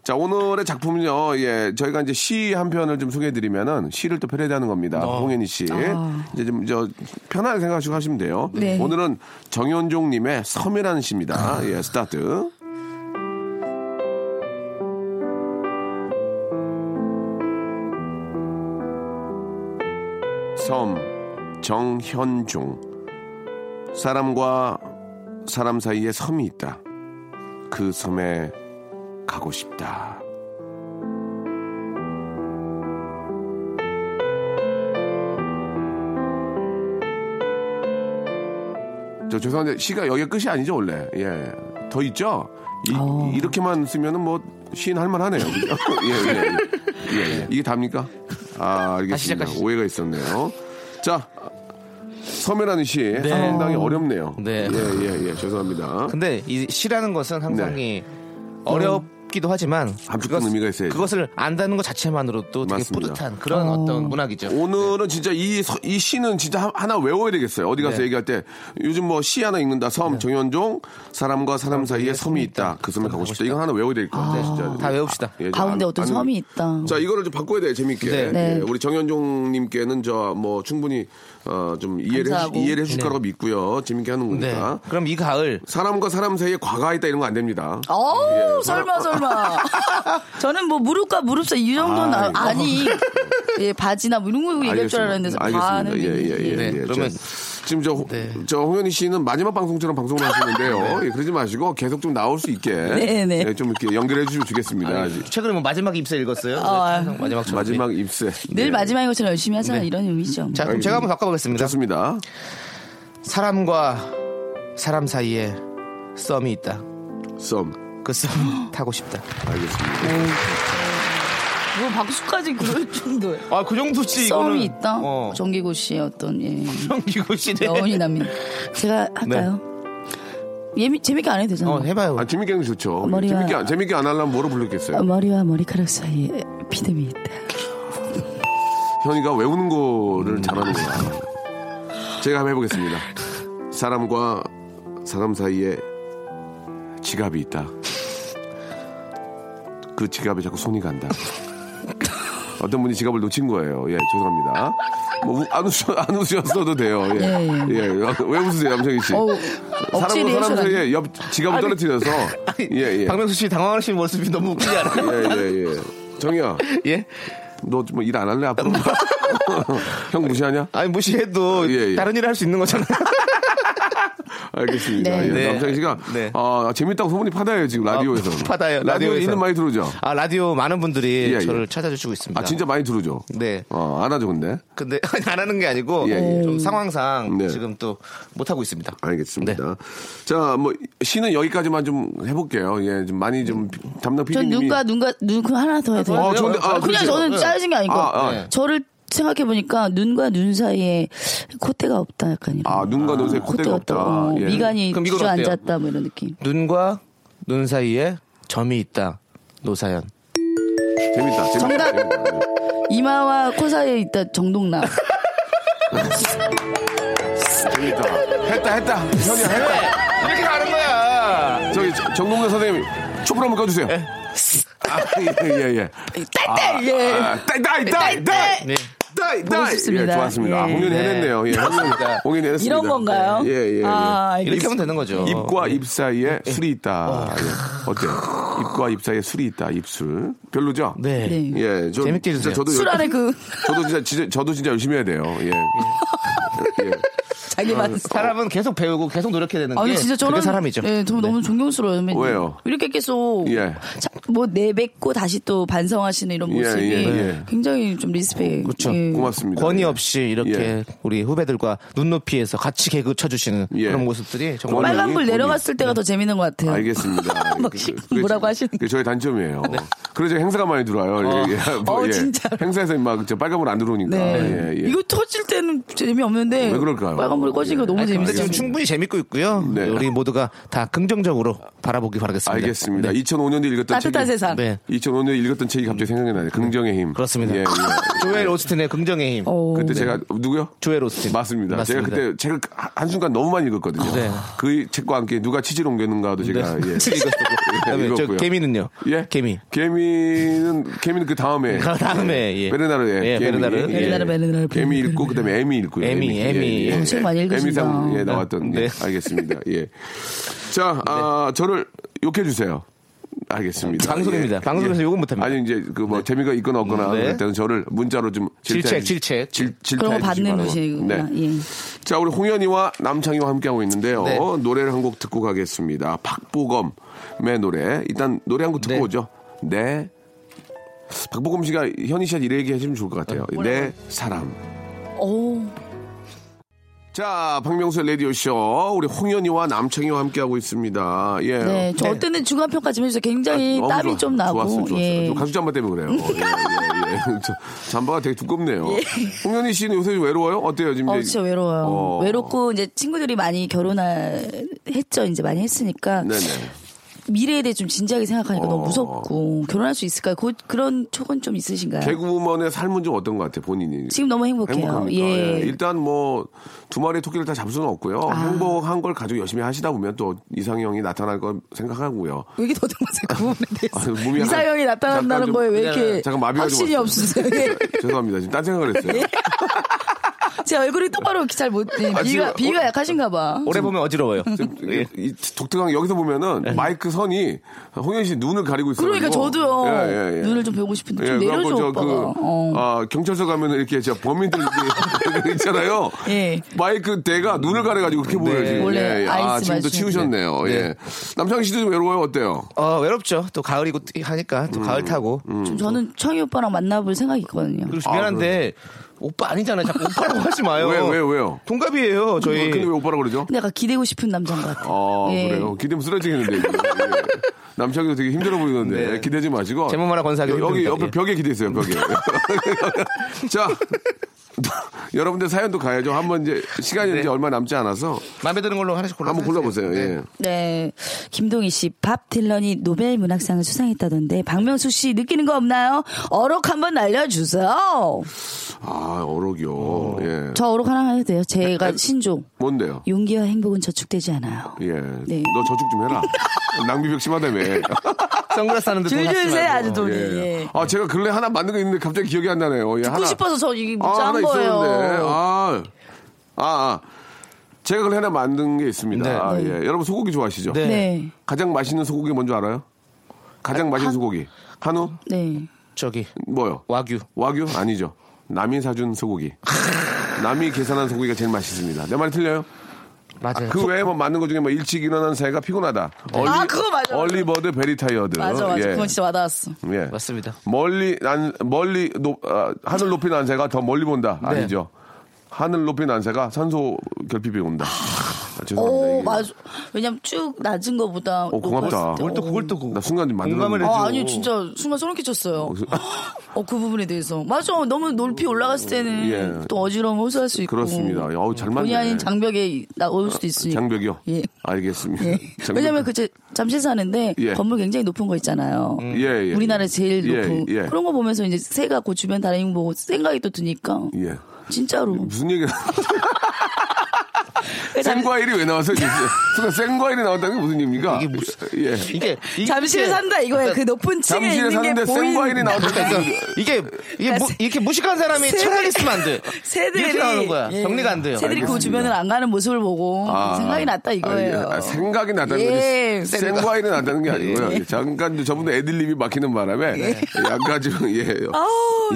C: 자, 오늘의 작품은요, 예, 저희가 이제 시 한 편을 좀 소개해드리면은 시를 또 패러디하는 겁니다. 홍현희 씨. 이제 좀, 저, 편하게 생각하시고 하시면 돼요.
D: 네.
C: 오늘은 정현종님의 섬이라는 시입니다. 예, 스타트. 섬 정현종 사람과 사람 사이에 섬이 있다. 그 섬에 가고 싶다. 저 저 죄송한데 시가 여기 끝이 아니죠 원래. 예. 더 있죠? 이,
D: 어.
C: 렇게만 쓰면은 뭐 시인 할 만하네요. 그죠? 예, 예, 예. 예, 예. 이게 답니까? 아 알겠습니다.
E: 시작하시죠.
C: 오해가 있었네요. 자. 섬이라는 시 상당히 어렵네요.
E: 네.
C: 예, 예, 예. 죄송합니다.
E: 근데 이 시라는 것은 항상
C: 네.
E: 이 어렵기도 하지만
C: 함축된
E: 그것-
C: 의미가 있어야죠.
E: 그것을 안다는 것 자체만으로도 되게
C: 맞습니다.
E: 뿌듯한 그런 어떤 문학이죠.
C: 오늘은 진짜 이, 서- 이 시는 진짜 하- 하나 외워야 되겠어요. 어디 가서
E: 네.
C: 얘기할 때 요즘 뭐 시 하나 읽는다. 섬, 정현종, 사람과 사람 사이에 섬이 있다. 그 섬에 가고 싶다. 이건 하나 외워야 될 것 같아요. 진짜.
E: 다 외웁시다.
C: 예, 좀
D: 가운데
C: 안-
D: 어떤
C: 안-
D: 섬이 있다.
C: 자, 이거를 좀 바꿔야 돼요. 재밌게.
E: 네.
D: 네.
C: 예, 우리 정현종님께는 저 뭐 충분히 어, 좀 이해를, 해주,
D: 감사하고.
C: 이해를 해줄 거라고 믿고요. 재밌게 하는
E: 네.
C: 거니까.
E: 그럼 이 가을
C: 사람과 사람 사이에 과가 있다 이런 거 안 됩니다.
D: 어우
C: 예,
D: 설마 설마 저는 뭐 무릎과 무릎 사이 이 정도는 아,
C: 아이고.
D: 아니 예, 바지나 뭐 이런 거 얘기할 줄
C: 아, 알겠습니다.
D: 알았는데
C: 알겠습니다.
D: 반은
C: 예, 예, 예.
E: 네,
C: 예.
E: 그러면-
C: 저- 지금 저, 홍-
E: 네.
C: 저 홍현희 씨는 마지막 방송처럼 방송을 하시는데요. 예, 그러지 마시고 계속 좀 나올 수 있게
D: 네, 네.
C: 예, 좀 이렇게 연결해 주시면 주겠습니다. 아직
E: 최근에 뭐 마지막 입사 읽었어요?
D: 아.
E: 마지막
C: 마지막 입세.
D: 늘
C: 예. 네.
D: 마지막인 것처럼 열심히 하자 이런 의미죠.
E: 자 그럼 제가 한번 바꿔보겠습니다.
C: 좋습니다.
E: 사람과 사람 사이에 썸이 있다.
C: 썸.
E: 그 썸 타고 싶다.
C: 알겠습니다.
D: 뭐 박수까지 그럴 정도에
E: 아 그 정도지
D: 썸이 있다. 어,
E: 어.
D: 정기고 씨의 어떤 예.
E: 정기고 씨네.
D: 여운이 납니다. 제가 할까요?
C: 네.
D: 예미, 재밌게 안 해도 되잖아요.
E: 어 해봐요.
C: 아, 재밌게 하는 게 좋죠.
D: 머리가-
C: 재밌게, 안- 재밌게 안 하려면 뭐로 부르겠어요?
D: 머리와 머리카락 사이에 피듬이 있다.
C: 현이가 외우는 거를 잘하는 거야. 제가 한번 해보겠습니다. 사람과 사람 사이에 지갑이 있다. 그 지갑에 자꾸 손이 간다. 어떤 분이 지갑을 놓친 거예요. 예, 죄송합니다. 뭐, 우- 안, 웃으, 안 웃으셨어도 돼요. 예.
D: 예, 예.
C: 예, 왜 웃으세요, 남창희 씨?
D: 어우, 억지
C: 사람과 사람
D: 리액션
C: 사이에 옆 지갑을 떨어뜨려서. 예, 예.
E: 박명수 씨 당황하신 모습이 너무 웃기지 않아요?
C: 예, 예, 예. 정희야,
E: 예?
C: 너 뭐 일 안 할래, 앞으로? 형 무시하냐?
E: 아니 무시해도
C: 예, 예.
E: 다른 일을 할 수 있는 거잖아요.
C: 알겠습니다.
D: 네.
C: 예,
E: 네.
C: 남창희 씨가
E: 네.
C: 아, 재밌다고 소문이 파다요 지금 라디오에서.
E: 아, 파다요,
C: 라디오
E: 라디오에서.
C: 이름 많이 들어오죠.
E: 아 라디오 많은 분들이
C: 예, 예.
E: 저를 찾아주시고 있습니다.
C: 아 진짜 많이 들어오죠.
E: 네.
C: 어, 안 하죠 근데.
E: 근데 안 하는 게 아니고
C: 예, 예.
E: 좀 상황상
C: 네.
E: 지금 또 못 하고 있습니다.
C: 알겠습니다. 자, 뭐 시는 여기까지만 좀 해볼게요. 예, 좀 많이 좀 담당
D: 전
C: PD님이.
D: 눈과 눈과 눈 그 하나 더 해야 돼요.
C: 어, 좋은데, 아,
D: 그냥
C: 그러세요.
D: 저는
C: 네.
D: 짜증이 아니고
C: 아, 아.
E: 네.
D: 저를 생각해 보니까 눈과 눈 사이에 콧대가 없다 약간 이런.
C: 아, 눈과 눈 사이
D: 아,
C: 콧대가 없다.
D: 어,
C: 예.
D: 미간이
E: 그럼 이건 어때요?
D: 주저앉았다 뭐 이런 느낌.
E: 눈과 눈 사이에 점이 있다. 노사연.
C: 재밌다. 재밌다.
D: 정답.
C: 재밌다.
D: 이마와 코 사이에 있다 정동남.
C: 재밌다. 했다 했다. 현이야 했다.
E: 이렇게 가는 거야.
C: 저기 정동근 선생님 촛불 한번 꺼주세요. 아, 예, 예, 예.
D: 딸딸 예.
C: 아, 따이, 따이, 따이, 따이.
E: 네.
C: 따이,
D: 보고
C: 따이.
D: 싶습니다.
C: 예, 좋았습니다. 아,
D: 예.
C: 홍윤이
E: 네.
C: 해냈네요. 예, 홍윤이, 홍윤이 해냈습니다.
D: 이런 건가요?
C: 예, 예. 예.
D: 아, 네.
E: 이렇게
D: 알겠습니다.
E: 하면 되는 거죠.
C: 입과 입 사이에 술이
D: 어.
C: 있다. 예. 어때요? 입과 입 사이에 술이 있다. 입술. 별로죠?
E: 네.
D: 네.
C: 예, 저,
E: 재밌게
C: 진짜
E: 해주세요.
C: 저도
D: 술
C: 열-
D: 안에 그
C: 저도 진짜, 진짜- 저도 진짜 열심히 해야 돼요. 예.
D: 음.
C: 예.
D: 자기만
E: 사람은 계속 배우고 계속 노력해야 되는
D: 아니
E: 게
D: 진짜 저는
E: 그게 사람이죠.
D: 예, 저 너무 존경스러워요. 선배님.
C: 네. 왜요?
D: 이렇게 계속
C: 예.
D: 자, 뭐 내뱉고 다시 또 반성하시는 이런
C: 예,
D: 모습이
C: 예, 예.
D: 굉장히 좀 리스펙.
E: 그렇죠.
D: 예.
C: 고맙습니다.
E: 권위
C: 예.
E: 없이 이렇게
C: 예.
E: 우리 후배들과 눈높이에서 같이 개그 쳐주시는
C: 예.
E: 그런 모습들이 정말
C: 권위-
D: 빨간불
C: 권위.
D: 내려갔을 때가 더 재밌는 것 같아요.
C: 알겠습니다.
D: 막
C: 그-
D: 지금
C: 그게-
D: 뭐라고 하시는 네.
C: 그게 저의 단점이에요. 그래서 행사가 많이 들어와요. 예, 예. 뭐,
D: 어,
C: 예.
D: 진짜로.
C: 행사에서 막 빨간불 안 들어오니까.
D: 네.
C: 예, 예.
D: 이거 터질 때는 재미없는데
C: 왜 그럴까요?
D: 빨간불이 꺼지니까
C: 예.
D: 너무
E: 근데 지금
D: 재밌어요.
E: 충분히 재밌고 있고요.
C: 네.
E: 우리 모두가 다 긍정적으로 바라보기 바라겠습니다.
C: 알겠습니다. 2005년에 읽었던 책이
D: 네. 따뜻한 세상.
E: 네.
C: 2005년에 읽었던 책이 갑자기 생각이 나네요. 긍정의 힘.
E: 그렇습니다.
C: 예, 예.
E: 조엘 오스틴의 긍정의 힘.
D: 오.
C: 그때 제가 누구요?
E: 조엘 오스틴.
C: 어. 맞습니다. 제가
E: 맞습니다.
C: 그때 책을 한 순간 너무 많이 읽었거든요.
E: 네.
C: 그 책과 함께 누가 치질 옮겼는가도 제가 예.
E: 읽었었고. 그다음에 저
C: 읽었고요.
E: 개미는요.
C: 예?
E: 개미.
C: 개미는 개미는 그 다음에
E: 그 다음에 예.
C: 베르나르 예.
E: 예,
C: 개미.
E: 베르나르.
C: 예.
D: 베르나르, 베르나르,
C: 개미
D: 베르나르.
C: 읽고 그다음에 에미 읽고
E: 에미, 에미. 어,
D: 책 많이 읽으신다.
C: 에미상 예, 나왔던 예,
E: 네.
C: 알겠습니다. 예. 자, 아, 저를 욕해 주세요. 알겠습니다. 예,
E: 예, 방송입니다. 방송에서 욕은 못합니다.
C: 아니 이제 그 뭐 재미가 있거나 없거나
E: 네.
C: 그럴 때는 저를 문자로 좀
E: 질책,
C: 질타해 주시-
E: 질책.
C: 질, 질타해
D: 그런
C: 주시기
D: 거 받는
C: 네, 바라고.
D: 곳이구나.
C: 네.
D: 예.
C: 자, 우리 홍현이와 남창희와 함께하고 있는데요.
E: 네.
C: 노래를 한 곡 듣고 가겠습니다. 박보검의 노래. 일단 노래 한 곡 듣고
E: 네.
C: 오죠. 네. 박보검 씨가 네, 현희 씨한테 이래 얘기하시면 좋을 것 같아요. 내 사람.
D: 오.
C: 자, 박명수의 라디오쇼. 우리 홍현이와 남창희와 함께하고 있습니다. 예.
D: 네, 저 어때는 중간평가 좀 해주세요. 굉장히
C: 너무
D: 땀이
C: 좋아.
D: 좀 나고.
C: 좋았어, 좋았어.
D: 예.
C: 저 가수 잠바 때문에 그래요. 예, 예, 예. 저 잠바가 되게 두껍네요. 홍현희 씨는 요새 좀 외로워요? 어때요? 지금
D: 예. 어,
C: 이제-
D: 진짜 외로워요.
C: 어.
D: 외롭고 이제 친구들이 많이 결혼을 했죠. 이제 많이 했으니까
C: 네네.
D: 미래에 대해 좀 진지하게 생각하니까 너무
C: 어.
D: 무섭고 결혼할 수 있을까요? 그, 그런 촉은 좀 있으신가요?
C: 개그우먼의 삶은 좀 어떤 것 같아요, 본인이?
D: 지금 너무 행복해요.
C: 행복합니까?
D: 예.
C: 예. 일단 뭐 두 마리 토끼를 다 잡을 수는 없고요.
D: 아.
C: 행복한 걸 가지고 열심히 하시다 보면 또 이상형이 나타날 거 생각하고요.
D: 왜 이렇게 더듬어서 그 부분에
C: 아, 몸이
D: 대해서
C: 약간-
D: 이상형이
C: 잠깐
D: 나타난다는
C: 좀-
D: 거에 왜 이렇게
C: 잠깐 마비가 좀
D: 확신이
C: 왔어요.
D: 없으세요? 예.
C: 죄송합니다. 지금 딴 생각을 했어요.
D: 제 얼굴이 똑바로 잘못 예,
C: 아,
D: 비가
C: 지금-
D: 비가
C: 어,
D: 약하신가 봐.
E: 오래 보면 어지러워요.
C: 지금
E: 예.
C: 이 독특한 게 여기서 보면은 마이크 선이 홍현 씨 눈을 가리고 있어요.
D: 그러니까 저도요
C: 예,
D: 눈을 좀 배우고 싶은데 좀 내려줘
C: 그래갖고
D: 오빠가.
C: 그,
D: 어.
C: 아, 경찰서 가면 이렇게 저 범인들 이렇게 있잖아요.
D: 예.
C: 마이크 대가 눈을 가려가지고
E: 네.
C: 그렇게 보여요. 지금.
D: 원래
C: 예, 예. 아,
D: 아이스
C: 지금 또
D: 마시는데.
C: 치우셨네요. 예. 남창희 씨도 좀 외로워요. 어때요?
E: 어, 외롭죠. 또 가을이고 뜨- 하니까
C: 음,
E: 또 가을 타고.
C: 아,
D: 좀 저는 청희 오빠랑 만나볼 생각이 있거든요.
E: 그리고 미안한데 오빠 아니잖아요. 자꾸 오빠라고 하지 마요.
C: 왜, 왜, 왜요? 음,
E: 동갑이에요. 저희.
C: 어, 근데 왜 오빠라 그러죠?
D: 근데 약간 기대고 싶은 남자인 것 같아요.
C: 아,
D: 예.
C: 그래요? 기대면 쓰러지겠는데. 이거. 예. 남창이도 되게 힘들어 보이는데
E: 네.
C: 기대지 마시고.
E: 제목 하나 건사하기
C: 여- 여기
E: 힘듭니다.
C: 옆에
E: 예.
C: 벽에 기대세요, 벽에. 자, 여러분들 사연도 가야죠. 한번 이제 시간이
E: 네.
C: 이제 얼마 남지 않아서
E: 마음에 드는 걸로 하나씩 골라
C: 한번 골라보세요. 예.
D: 네. 김동희 씨, 밥 딜런이 노벨 문학상을 수상했다던데, 박명수 씨 느끼는 거 없나요? 어록 한번 날려주세요.
C: 아, 어록이요. 예.
D: 저 어록 하나 해도 돼요. 제가 신조.
C: 뭔데요?
D: 용기와 행복은 저축되지 않아요.
C: 예.
D: 네.
C: 너 저축 좀 해라. 낭비 백심하다며.
E: 선글라스 하는데 돈
D: 예. 줄줄
E: 하지
D: 세,
E: 말고.
D: 아주 돈이.
C: 예.
D: 예.
C: 아, 제가 근래 하나 만든 거 있는데 갑자기 기억이 안 나네요. 예,
D: 듣고 싶어서 저 이게
C: 아,
D: 짠
C: 하나
D: 거예요.
C: 있었는데. 아, 아, 아. 제가 그걸 하나 만든 게 있습니다.
E: 네.
C: 아, 예. 여러분 소고기 좋아하시죠?
E: 네.
D: 네.
C: 가장 맛있는 소고기 뭔지 알아요?
E: 아,
C: 가장 맛있는 소고기. 한우?
D: 네.
E: 저기
C: 뭐요?
E: 와규.
C: 와규? 아니죠. 남이 사준 소고기. 남이 계산한 소고기가 제일 맛있습니다. 내 말이 틀려요?
E: 맞아요. 네.
C: 그 외에 뭐 맞는 것 중에 뭐 일찍 일어난 새가 피곤하다. 얼리,
D: 아, 그거 맞아.
C: 얼리버드 베리타이어드.
D: 맞아, 맞아.
C: 예.
D: 그건 진짜 와닿았어.
C: 예.
E: 맞습니다.
C: 멀리 난 멀리 높 아, 하늘 높이 난 새가 더 멀리 본다
E: 네.
C: 아니죠? 하늘 높이 난 새가 산소 결핍이 온다. 아, 죄송합니다.
D: 오,
C: 이게.
D: 맞아. 왜냐면 쭉 낮은 거보다.
C: 어, 고맙다.
D: 높았을 때,
C: 뭘
E: 또
D: 어.
E: 그걸 또 그-
C: 나 순간 좀 만들어
E: 공감을
C: 놓은
E: 해줘.
D: 아, 아니 진짜 순간 소름 끼쳤어요. 어, 그 부분에 대해서. 맞아. 너무 높이 올라갔을 때는
C: 예.
D: 또 어지러움 호소할 수 있고.
C: 그렇습니다. 어우, 잘 맞네. 아,
D: 본의 아닌 장벽에 나올 수도 있으니까.
C: 장벽이요.
D: 예.
C: 알겠습니다.
D: 예.
C: 장벽.
D: 왜냐면 그 제- 잠실 사는데
C: 예.
D: 건물 굉장히 높은 거 있잖아요.
C: 예, 예.
D: 그 우리나라 제일
C: 예,
D: 높은
C: 예.
D: 그런 거 보면서 이제 새가 그 주변 다니는 거 보고 생각이 또 드니까
C: 예.
D: 진짜로 그
C: 무슨 얘기야?
D: 잠-
C: 생과일이 왜 나왔어요? 지금? 순간 생과일이 나왔다는 게 무슨 얘기입니까?
E: 이게 무슨-
C: 예.
E: 이게 이게-
D: 잠실에 산다 이거야. 그 높은 층에
C: 잠실에
D: 있는 게
C: 사는데
D: 보이는
C: 생과일이 나왔다니까.
E: 그러니까 이게 이게 무, 이렇게 무식한 사람이
D: 새들-
E: 차라리 있으면 안 돼.
D: 새들이 예.
E: 이렇게 나오는 거야. 정리가 안 돼요.
D: 새들이 그 주변을 안 가는 모습을 보고 음, 생각이 났다 이거예요.
C: 아, 생각이 났다는
D: 예.
C: 거지. 생과일이 났다는 게 아니고요. 잠깐 저분도 애들립이 막히는 바람에 약간 지금 예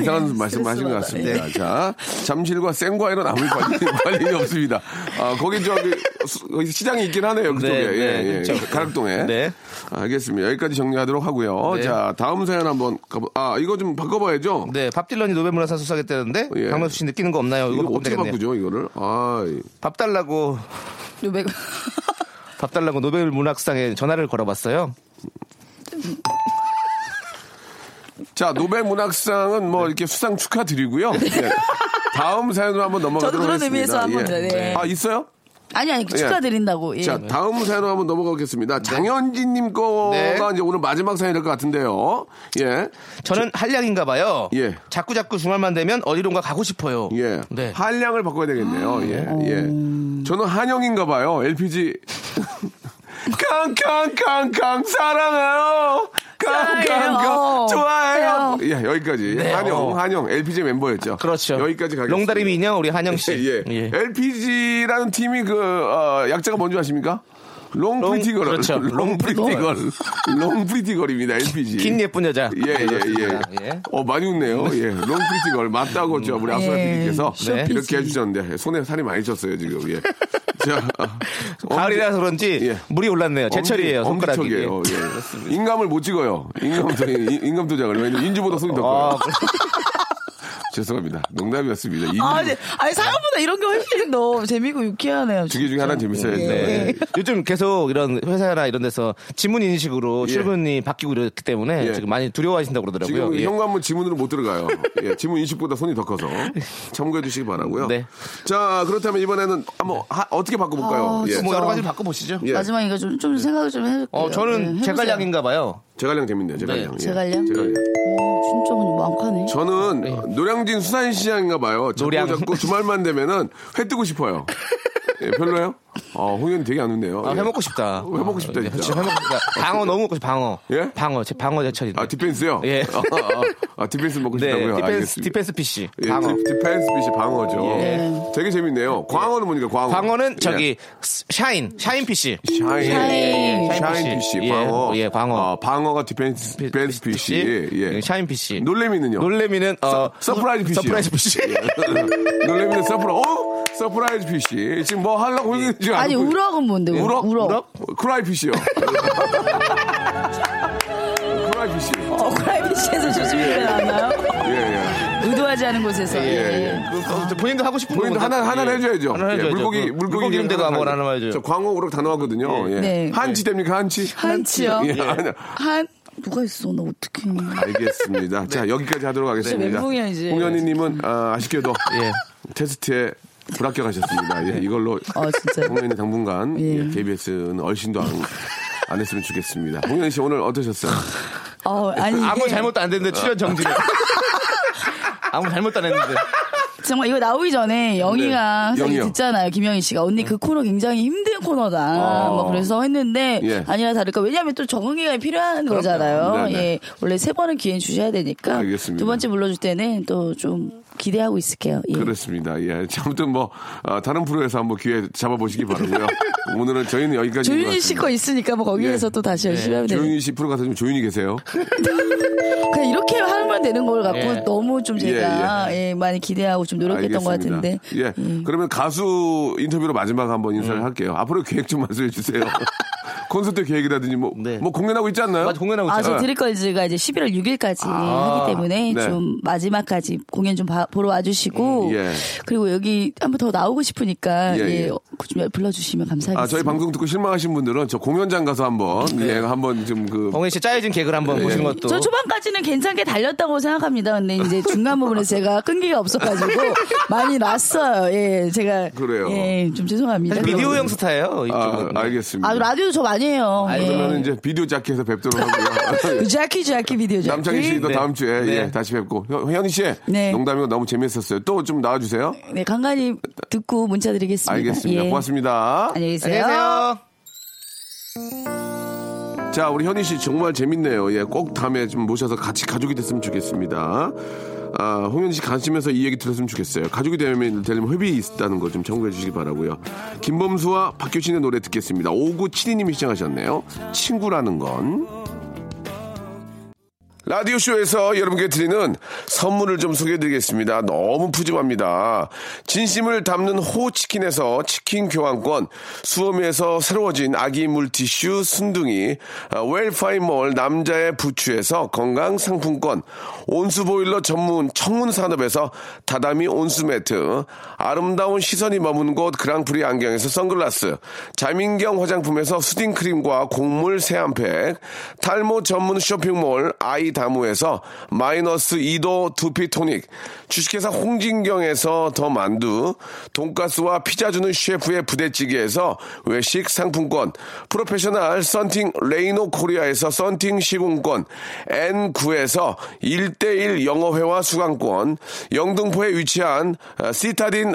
C: 이상한
D: 예,
C: 말씀하신 것
D: 스트레스
C: 같습니다. 자 잠실과 생과일은 아무 관련이 없습니다. 아 거기 저기 수- 거기 시장이 있긴 하네요 그쪽에
E: 네, 네,
C: 예, 예.
E: 그쵸.
C: 가락동에.
E: 네.
C: 알겠습니다. 여기까지 정리하도록 하고요.
E: 네.
C: 자 다음 사연 한번 가보. 아 이거 좀 바꿔봐야죠.
E: 네, 밥 딜런이 노벨문화상 수상했다는데
C: 예.
E: 박명수 씨 느끼는 거 없나요?
C: 이거
E: 이거
C: 어떻게
E: 되겠네요.
C: 바꾸죠 이거를? 아 이-
E: 밥 달라고
D: 노백
E: 밥 달라고 노벨문학상에 전화를 걸어봤어요.
C: 자, 노벨 문학상은
D: 네.
C: 뭐 이렇게 수상 축하드리고요. 예. 다음 사연으로 한번 넘어가도록
D: 저도 그런
C: 하겠습니다.
D: 의미에서 한번 네.
C: 아, 있어요?
D: 아니 아니 축하드린다고. 예. 네.
C: 자, 다음 사연으로 한번 넘어가겠습니다. 장현진 님 거가
E: 네.
C: 이제 오늘 마지막 사연이 될 것 같은데요. 예.
E: 저는 한량인가 봐요.
C: 예.
E: 자꾸 자꾸 주말만 되면 어디론가 가고 싶어요.
C: 예.
E: 네.
C: 한량을 바꿔야 되겠네요. 예. 예. 저는 한영인가 봐요. LPG. 깡깡깡깡 사랑해요.
D: 사랑해요. 어.
C: 깡깡깡 좋아해요.
D: 해요.
C: 예, 여기까지. 한영, 한영 LPG 멤버였죠.
E: 네. 어. 그렇죠.
C: 여기까지 가겠습니다.
E: 롱다리미 인형 우리 한영 씨.
C: 예.
E: 예.
C: LPG라는 팀이 그 어, 약자가 뭔지 아십니까? 롱
E: 롱,
C: 프리티걸.
E: 그렇죠.
C: 롱 프리티걸. 롱 프리티걸입니다. LPG.
E: 긴 예쁜 여자.
C: 예, 예, 예.
E: 예.
C: 어, 많이 웃네요. 예. 롱 프리티걸. 맞다고 저 우리 아프라
D: 예.
C: PD께서
E: 네.
C: 이렇게 해주셨는데 손에 살이 많이 쪘어요, 지금. 예. 자. 어,
E: 가을이라서 그런지
C: 예.
E: 물이 올랐네요. 제철이에요.
C: 엄지-
E: 손가락이.
C: 엄지척이에요. 예. 인감을 못 찍어요. 인감, 도- 인- 인감 도장을. 왜냐면 인주보다 손이 더 커요.
E: 아,
C: 죄송합니다. 농담이었습니다. 이
E: 네.
D: 아니, 아니 사연보다 이런 게 훨씬 더 재미고 유쾌하네요.
C: 두개 중에 하나 재밌어요. 예.
E: 네. 요즘 계속 이런 회사나 이런 데서 지문 인식으로
C: 예.
E: 출근이 바뀌고 이렇기 때문에
C: 예.
E: 지금 많이 두려워하신다고 그러더라고요.
C: 지금
E: 예.
C: 현관문 지문으로 못 들어가요. 예, 지문 인식보다 손이 더 커서 참고해 주시기 바라고요.
E: 네.
C: 자 그렇다면 이번에는 한번 하- 어떻게 바꿔볼까요?
D: 아,
C: 예.
E: 뭐 여러 가지 바꿔보시죠.
C: 예.
D: 마지막 이거 좀, 좀 생각을 좀 해볼게요.
E: 어, 저는
D: 네, 해보세요.
E: 제갈량인가 봐요.
C: 제갈량 재밌네요. 제갈량. 예.
D: 제갈량? 오, 진짜 근데 많카네.
C: 저는 노량진 수산시장인가 봐요. 자꾸
E: 노량.
C: 자꾸 주말만 되면은 회 뜨고 싶어요. 예, 별로예요? 어, 홍현 되게 안 웃네요.
E: 아,
C: 예.
E: 회 먹고 싶다.
C: 회 먹고 싶다,
E: 어, 네,
C: 진짜.
E: 회 먹고 싶다. 방어 너무 먹고 싶어, 방어.
C: 예?
E: 방어, 제 방어 제철이.
C: 아, 디펜스요?
E: 예.
C: 아, 아, 아, 디펜스 먹고
E: 네,
C: 싶다고요?
E: 디펜스,
C: 알겠습니다.
E: 디펜스 PC.
C: 예,
E: 방어.
C: 디- 디펜스 빛이 방어죠.
D: 예.
C: 되게 재밌네요. 광어는 뭡니까, 광어?
E: 방어는
C: 예.
E: 저기, 스- 샤인, 샤인 PC.
C: 샤인.
D: 샤인.
C: 예, 샤인 PC,
E: 예,
C: 방어.
E: 예, 방어.
C: 아, 방어가 디펜스, 디펜스 PC. 예, 예.
E: 샤인 PC.
C: 놀래미는요?
E: 놀래미는, 어,
C: 서프라이즈 PC.
E: 서프라이즈 PC.
C: 놀래미는 서프라, 어? 서프라이즈 PC. 지금 뭐 하려고
E: 예.
C: 했는지
D: 아니
C: 알고-
D: 우럭은 뭔데?
C: 우럭
D: 우럭.
C: 크라이피시요. 크라이피시.
D: 어, 크라이비치에서 조심해야 하나요?
C: 예, 예.
D: 의도하지 않은 곳에서.
C: 예,
E: 그 본인도 하고 싶은
C: 본인도
E: 건데.
C: 하나, 하나를
E: 예.
C: 해줘야죠.
E: 하나를
C: 예,
E: 해줘야죠.
C: 물고기,
E: 그
C: 물고기,
E: 물고기
C: 이름도
E: 임대가
C: 하나
E: 뭐라
C: 하죠.
E: 하나 말이죠.
C: 저 광어 우럭 다 나왔거든요. 예.
D: 네.
C: 한치 됩니까, 한치?
D: 한치요?
C: 예, 아니요.
D: 한 누가 있어? 나 어떡해.
C: 알겠습니다. 자, 여기까지 하도록
D: 진짜
C: 하겠습니다.
D: 네. 멘붕이야, 이제.
C: 홍현희님은 아, 아쉽게도
E: 예.
C: 테스트에 불합격하셨습니다. 예, 이걸로
D: 아, 진짜.
C: 홍현희 당분간
D: 예.
C: 예, KBS는 얼씬도 안, 안 했으면 좋겠습니다. 홍현희 씨 오늘 어떠셨어요?
D: 어, 아니 이게
E: 아무 잘못도 안 됐는데 출연 정지. 아무 잘못도 안 했는데.
D: 정말 이거 나오기 전에 영희가 항상
C: 네, 영희요.
D: 듣잖아요. 김영희 씨가 언니 그 코너 굉장히 힘든 코너다. 뭐 그래서 했는데
C: 아. 예.
D: 아니라 다를까 왜냐하면 또 적응 기간이 필요한 거잖아요.
C: 네네.
D: 예, 원래 세 번은 기회 주셔야 되니까
C: 알겠습니다.
D: 두 번째 불러줄 때는 또 좀 기대하고 있을게요. 예.
C: 그렇습니다. 예. 아무튼 뭐, 아, 다른 프로에서 한번 기회 잡아보시기 바라고요 오늘은 저희는 여기까지.
D: 조윤희 씨 거 있으니까 뭐 거기에서
C: 예.
D: 또 다시 열심히 하면 되는.
C: 조윤희 씨 프로 가서 좀 조윤희 계세요.
D: 그냥 이렇게 하면 되는 걸 갖고
E: 예.
D: 너무 좀 제가
C: 예,
D: 예, 많이 기대하고 좀 노력했던 것
C: 알겠습니다.
D: 같은데. 음.
C: 예. 그러면 가수 인터뷰로 마지막 한번 인사를 할게요. 앞으로 계획 좀 말씀해 주세요. 콘서트 계획이라든지 뭐,
E: 네.
C: 뭐 공연하고 있지 않나요?
E: 맞아, 공연하고
D: 아,
E: 있잖아.
D: 저 드릴 걸즈가 이제 11월 6일까지 하기 때문에
C: 네.
D: 좀 마지막까지 공연 좀 봐- 보러 와주시고
C: 음, 예.
D: 그리고 여기 한번 더 나오고 싶으니까
C: 예,
D: 예,
C: 예.
D: 그좀 불러주시면 감사하겠습니다. 네.
C: 아, 저희 방송 듣고 실망하신 분들은 저 공연장 가서 한번, 예, 한번 좀 그,
E: 봉현 씨 짜여진 개그를 한번
C: 예.
E: 보시는 것도.
D: 저 초반까지는 괜찮게 달렸다고 생각합니다. 근데 이제 중간 부분에 제가 끈기가 없어가지고 많이 났어요. 예, 제가
C: 그래요.
D: 예, 좀 죄송합니다.
E: 사실 미디어형 스타예요.
C: 네. 아,
E: 이쪽은.
C: 알겠습니다.
D: 아, 라디오 저 많이 해요.
C: 그러면
D: 예.
C: 이제 비디오 자켓에서 뵙도록 하고요.
D: 그 자키 자키 비디오 자키.
C: 남창희 씨도
E: 네.
C: 다음 주에
E: 네.
C: 예, 다시 뵙고 현- 현희 씨
D: 네.
C: 농담이고 너무 재밌었어요. 또 좀 나와주세요.
D: 네, 간간히 듣고 문자 드리겠습니다.
C: 알겠습니다.
D: 예.
C: 고맙습니다.
D: 안녕히 계세요.
E: 안녕하세요.
C: 자 우리 현희 씨 정말 재밌네요. 예, 꼭 다음에 좀 모셔서 같이 가족이 됐으면 좋겠습니다. 아, 홍현 씨 관심에서 이 얘기 들었으면 좋겠어요. 가족이 되면 되려면 회비 있다는 걸 좀 참고해 주시기 바라고요. 김범수와 박효신의 노래 듣겠습니다. 5972님이 시청하셨네요. 친구라는 건. 라디오쇼에서 여러분께 드리는 선물을 좀 소개해드리겠습니다. 너무 푸짐합니다. 진심을 담는 호치킨에서 치킨 교환권, 수험에서 새로워진 아기 물티슈 순둥이, 아, 웰파이몰 남자의 부추에서 건강 상품권, 온수보일러 전문 청운산업에서 다다미 온수매트, 아름다운 시선이 머문 곳 그랑프리 안경에서 선글라스, 자민경 화장품에서 수딩크림과 곡물 세안팩, 탈모 전문 쇼핑몰 아이다무에서 마이너스 2도 두피토닉, 주식회사 홍진경에서 더 만두, 돈가스와 피자 주는 셰프의 부대찌개에서 외식 상품권, 프로페셔널 썬팅 레이노 코리아에서 썬팅 시공권, N9에서 1대1 영어회화 수강권, 영등포에 위치한 아, 시타딘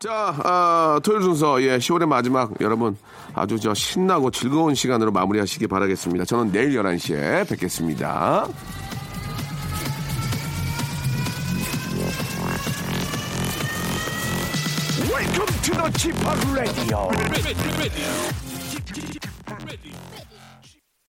C: 자, 아, 토요일 순서, 예, 10월의 마지막, 여러분, 아주 저 신나고 즐거운 시간으로 마무리하시기 바라겠습니다. 저는 내일 11시에 뵙겠습니다.
A: Welcome to the Chipak Radio.